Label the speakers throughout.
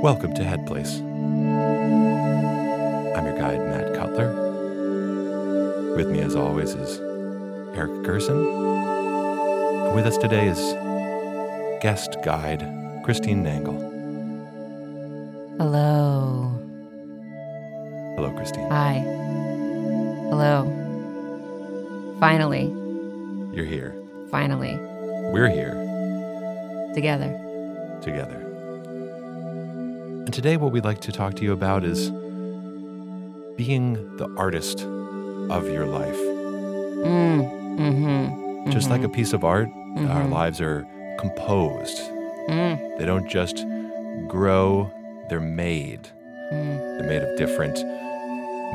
Speaker 1: Welcome to Head Place. I'm your guide, Matt Cutler. With me, as always, is Eric Gerson. And with us today is guest guide, Christine Nangle.
Speaker 2: Hello.
Speaker 1: Hello, Christine.
Speaker 2: Hi. Hello. Finally,
Speaker 1: You're here.
Speaker 2: finally,
Speaker 1: We're here
Speaker 2: together.
Speaker 1: together. And today, what we'd like to talk to you about is being the artist of your life.
Speaker 2: Mm, mm-hmm.
Speaker 1: Just like a piece of art, our
Speaker 2: Mhm.
Speaker 1: lives are composed.
Speaker 2: Mm,
Speaker 1: They don't just grow, they're made.
Speaker 2: mm,
Speaker 1: They're made of different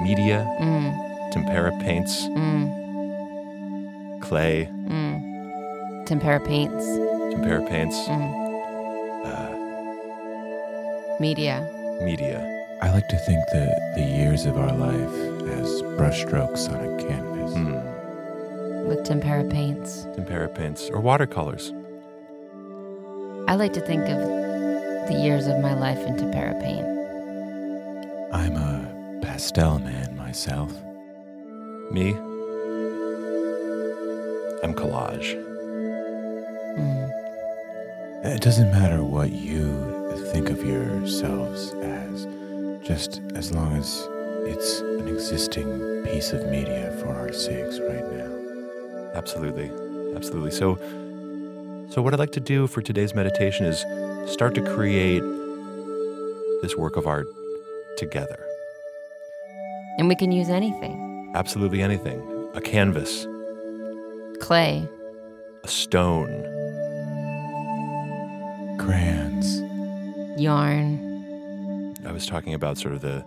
Speaker 1: media,
Speaker 2: mm,
Speaker 1: tempera paints,
Speaker 2: mm,
Speaker 1: clay,
Speaker 2: mm. Tempera paints.
Speaker 1: tempera paints,
Speaker 2: Mm.
Speaker 1: uh,
Speaker 2: Media.
Speaker 1: media.
Speaker 3: I like to think that the years of our life as brushstrokes on a canvas.
Speaker 1: Hmm.
Speaker 2: With tempera paints.
Speaker 1: Tempera paints or watercolors.
Speaker 2: I like to think of the years of my life in tempera paint.
Speaker 3: I'm a pastel man myself.
Speaker 1: Me, I'm collage.
Speaker 2: Mm.
Speaker 3: It doesn't matter what you think of yourselves as, just as long as it's an existing piece of media for our sakes right now.
Speaker 1: Absolutely. Absolutely. So so what I'd like to do for today's meditation is start to create this work of art together.
Speaker 2: And we can use anything
Speaker 1: Absolutely anything. A canvas,
Speaker 2: clay,
Speaker 1: a stone,
Speaker 3: Crayons.
Speaker 2: yarn,
Speaker 1: I was talking about sort of the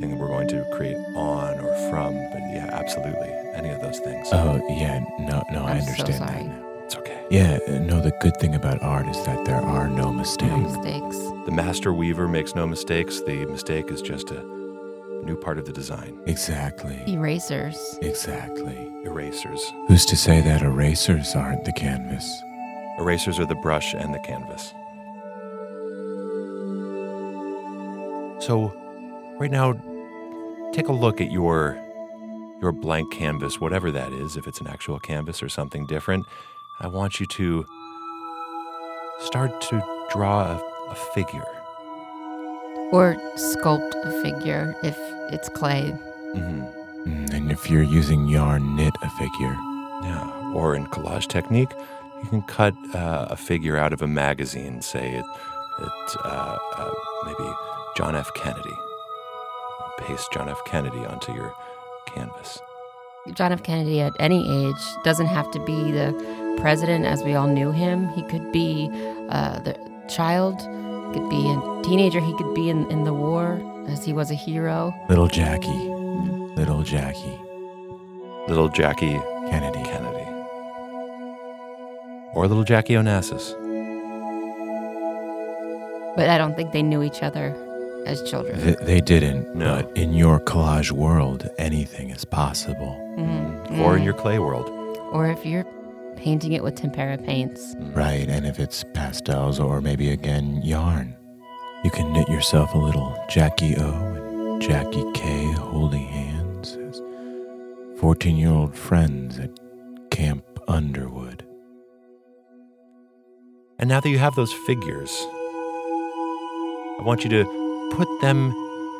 Speaker 1: thing that we're going to create on or from, but yeah, absolutely. Any of those things.
Speaker 3: Oh, yeah, no, no, I
Speaker 2: I'm so
Speaker 3: understand
Speaker 2: sorry.
Speaker 3: that now.
Speaker 1: it's okay.
Speaker 3: Yeah, no, the good thing about art is that there are no
Speaker 2: no
Speaker 3: mistakes.
Speaker 2: mistakes.
Speaker 1: The master weaver makes no mistakes. The mistake is just a new part of the design.
Speaker 3: Exactly.
Speaker 2: Erasers.
Speaker 3: Exactly.
Speaker 1: Erasers.
Speaker 3: Who's to say that erasers aren't the canvas?
Speaker 1: Erasers are the brush and the canvas. So, right now, take a look at your your blank canvas, whatever that is, if it's an actual canvas or something different. I want you to start to draw a, a figure.
Speaker 2: Or sculpt a figure if it's clay.
Speaker 1: hmm
Speaker 3: Mm, And if you're using yarn, knit a figure.
Speaker 1: Yeah. Or in collage technique, you can cut uh, a figure out of a magazine, say it, it uh, uh, maybe John F. Kennedy. Paste John F. Kennedy onto your canvas.
Speaker 2: John F. Kennedy at any age doesn't have to be the president as we all knew him. He could be uh, the child, he could be a teenager, he could be in, in the war as he was a hero.
Speaker 3: Little Jackie. Little Jackie.
Speaker 1: Little Jackie
Speaker 3: Kennedy.
Speaker 1: Kennedy. Or little Jackie Onassis.
Speaker 2: But I don't think they knew each other as children.
Speaker 3: Th- they didn't,
Speaker 1: No.
Speaker 3: but in your collage world, anything is possible.
Speaker 2: Mm,
Speaker 1: Or in
Speaker 2: mm.
Speaker 1: your clay world.
Speaker 2: or if you're painting it with tempera paints.
Speaker 3: Right, and if it's pastels or maybe again yarn, you can knit yourself a little Jackie O and Jackie K holding hands as 14 year old friends at Camp Underwood.
Speaker 1: And now that you have those figures, I want you to put them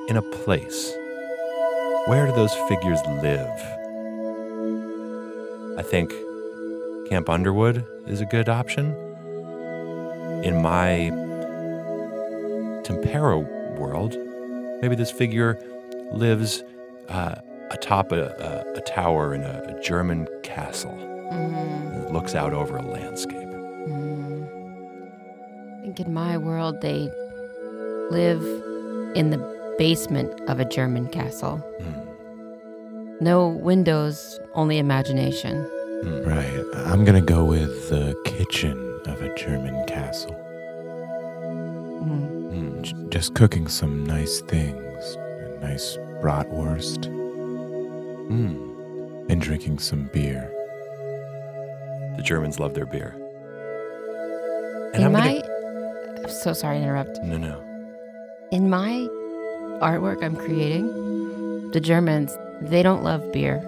Speaker 1: in a place. Where do those figures live? I think Camp Underwood is a good option. In my tempera world, maybe this figure lives uh, atop a, a, a tower in a, a German castle
Speaker 2: Mm,
Speaker 1: and looks out over a landscape.
Speaker 2: mm. I think in my world, they live in the basement of a German castle.
Speaker 1: Hmm. Mm.
Speaker 2: No windows, only imagination.
Speaker 1: Hmm.
Speaker 3: Right. I'm going to go with the kitchen of a German castle.
Speaker 2: Mm.
Speaker 1: Mm.
Speaker 3: J- just cooking some nice things, a nice bratwurst,
Speaker 1: Mm.
Speaker 3: and drinking some beer.
Speaker 1: The Germans love their beer.
Speaker 2: Am
Speaker 1: I'm
Speaker 2: I?
Speaker 1: gonna-
Speaker 2: I'm so sorry to interrupt.
Speaker 1: No, no.
Speaker 2: In my artwork I'm creating, the Germans, they don't love beer,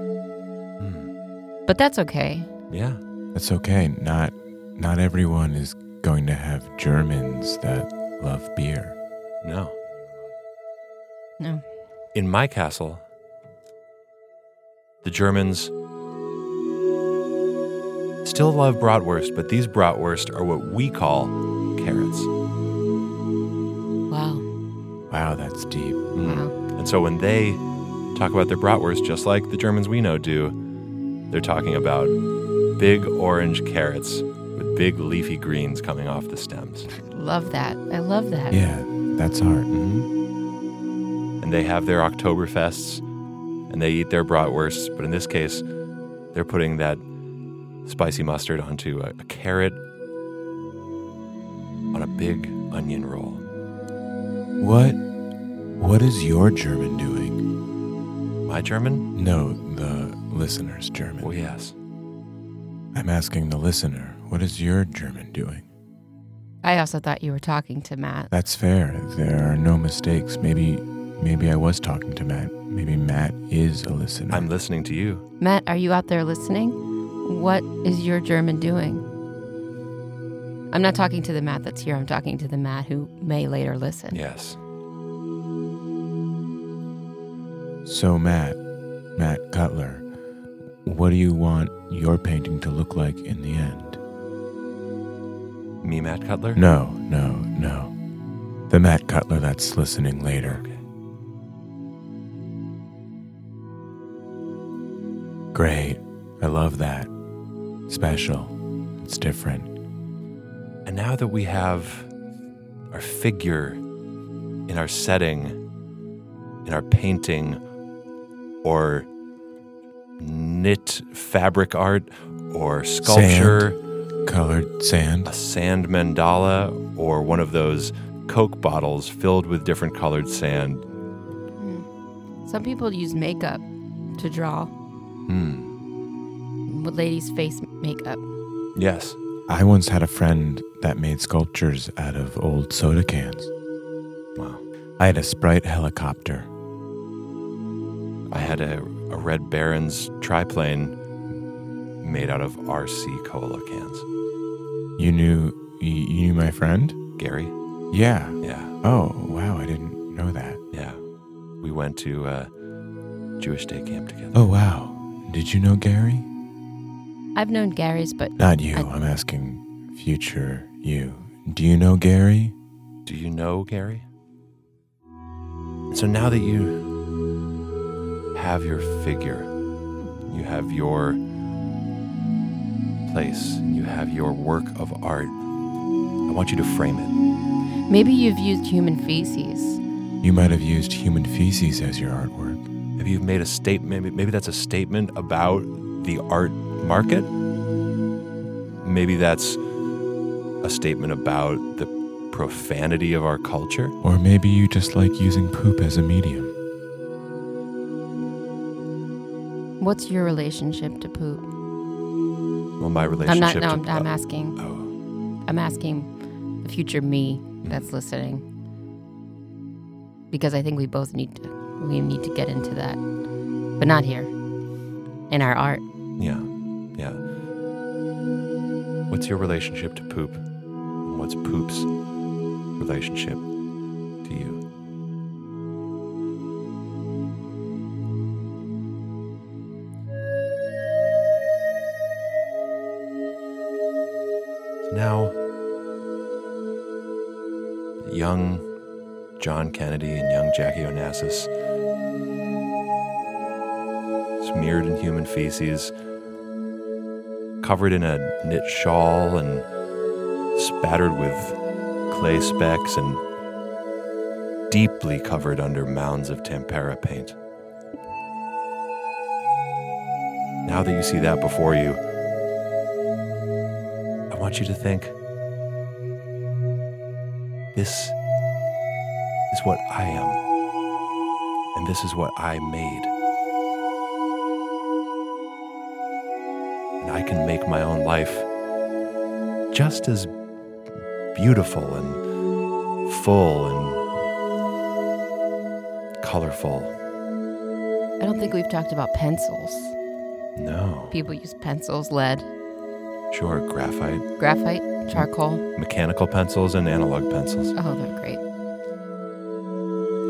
Speaker 1: Hmm.
Speaker 2: but that's okay.
Speaker 1: Yeah.
Speaker 3: That's okay. Not not everyone is going to have Germans that love beer.
Speaker 1: No.
Speaker 2: No.
Speaker 1: In my castle, the Germans still love bratwurst, but these bratwurst are what we call carrots.
Speaker 2: Wow.
Speaker 3: Wow, that's deep.
Speaker 2: Wow.
Speaker 1: And so when they talk about their bratwurst, just like the Germans we know do, they're talking about big orange carrots with big leafy greens coming off the stems.
Speaker 2: Love that. I love that.
Speaker 3: Yeah, that's art. hmm
Speaker 1: Mm-hmm. And they have their Oktoberfests and they eat their bratwursts, but in this case, they're putting that spicy mustard onto a, a carrot on a big onion roll.
Speaker 3: What what is your German doing?
Speaker 1: My German?
Speaker 3: No, the listener's German.
Speaker 1: Oh, yes.
Speaker 3: I'm asking the listener, what is your German doing?
Speaker 2: I also thought you were talking to Matt.
Speaker 3: That's fair. There are no mistakes. Maybe maybe I was talking to Matt. Maybe Matt is a listener.
Speaker 1: I'm listening to you.
Speaker 2: Matt, are you out there listening? What is your German doing? I'm not talking to the Matt that's here. I'm talking to the Matt who may later listen.
Speaker 1: Yes.
Speaker 3: So, Matt, Matt Cutler, what do you want your painting to look like in the end?
Speaker 1: Me, Matt Cutler?
Speaker 3: No, no, no. The Matt Cutler that's listening later.
Speaker 1: Okay.
Speaker 3: Great. I love that. Special. It's different.
Speaker 1: And now that we have our figure in our setting, in our painting, or knit fabric art, or sculpture,
Speaker 3: Colored
Speaker 1: a
Speaker 3: sand.
Speaker 1: sand mandala, or one of those Coke bottles filled with different colored sand.
Speaker 2: Some people use makeup to draw.
Speaker 1: Hmm.
Speaker 2: With ladies' face makeup.
Speaker 1: Yes.
Speaker 3: I once had a friend that made sculptures out of old soda cans.
Speaker 1: Wow.
Speaker 3: I had a sprite helicopter.
Speaker 1: I had a, a Red Baron's triplane made out of RC cola cans.
Speaker 3: You knew you you knew my friend?
Speaker 1: Gary?
Speaker 3: Yeah.
Speaker 1: Yeah.
Speaker 3: Oh, wow, I didn't know that.
Speaker 1: Yeah. We went to uh, Jewish day camp together.
Speaker 3: Oh, wow. Did you know Gary?
Speaker 2: I've known Gary's, but
Speaker 3: Not you.
Speaker 2: I-
Speaker 3: I'm asking future you. Do you know Gary?
Speaker 1: Do you know Gary? So now that you have your figure, you have your place, you have your work of art, I want you to frame it.
Speaker 2: maybe you've used human feces.
Speaker 3: You might have used human feces as your artwork.
Speaker 1: Maybe you've made a statement, maybe, maybe that's a statement about the art market. Maybe that's a statement about the profanity of our culture.
Speaker 3: Or maybe you just like using poop as a medium.
Speaker 2: What's your relationship to poop?
Speaker 1: Well, my
Speaker 2: I'm
Speaker 1: relationship
Speaker 2: not. No,
Speaker 1: to
Speaker 2: I'm, I'm asking.
Speaker 1: Oh,
Speaker 2: I'm asking the future me that's listening because I think we both need to we need to get into that, but not here in our art.
Speaker 1: yeah, yeah. What's your relationship to poop? And What's poop's relationship to you? So now, young John Kennedy and young Jackie Onassis, smeared in human feces, covered in a knit shawl and spattered with clay specks and deeply covered under mounds of tempera paint. Now that you see that before you, I want you to think this is what I am, and this is what I made. and I can make my own life just as beautiful and full and colorful.
Speaker 2: I don't think we've talked about pencils.
Speaker 1: No.
Speaker 2: People use pencils, lead,
Speaker 1: Sure, graphite,
Speaker 2: graphite, charcoal.
Speaker 1: mechanical pencils, and analog pencils.
Speaker 2: Oh, they're great.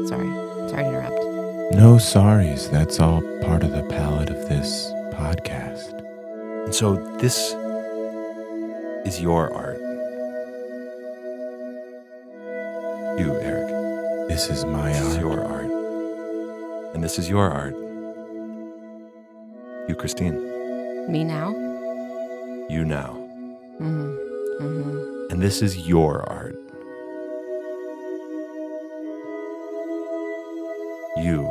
Speaker 2: Sorry. Sorry to interrupt.
Speaker 3: No sorries, that's all part of the palette of this podcast.
Speaker 1: And so this is your art. You, Eric.
Speaker 3: This is my
Speaker 1: This is
Speaker 3: art.
Speaker 1: your art. And this is your art. You, Christine.
Speaker 2: Me now?
Speaker 1: You now.
Speaker 2: Mm-hmm. Mm-hmm.
Speaker 1: And this is your art. You,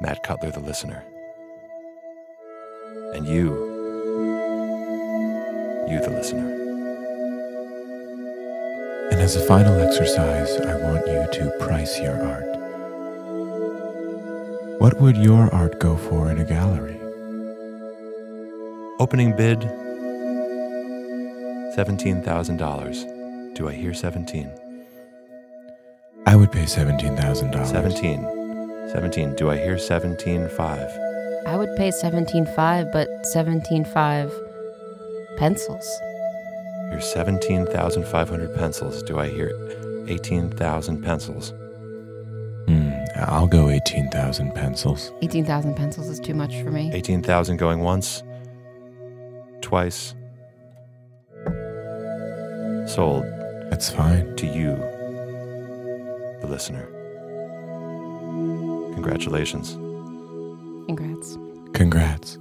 Speaker 1: Matt Cutler, the listener. And you, you, the listener.
Speaker 3: And as a final exercise, I want you to price your art. What would your art go for in a gallery?
Speaker 1: Opening bid $17,000. Do I hear 17?
Speaker 3: I would pay seventeen thousand dollars.
Speaker 1: 17. 17. Do I hear 17.5?
Speaker 2: I would pay seventeen five, but seventeen five pencils.
Speaker 1: Hear 17,500 pencils. Do I hear 18,000 pencils?
Speaker 3: Hmm, I'll go eighteen thousand pencils.
Speaker 2: Eighteen thousand pencils is too much for me.
Speaker 1: 18,000 going once, twice. Sold
Speaker 3: That's fine.
Speaker 1: to you, the listener. Congratulations.
Speaker 2: Congrats.
Speaker 3: Congrats.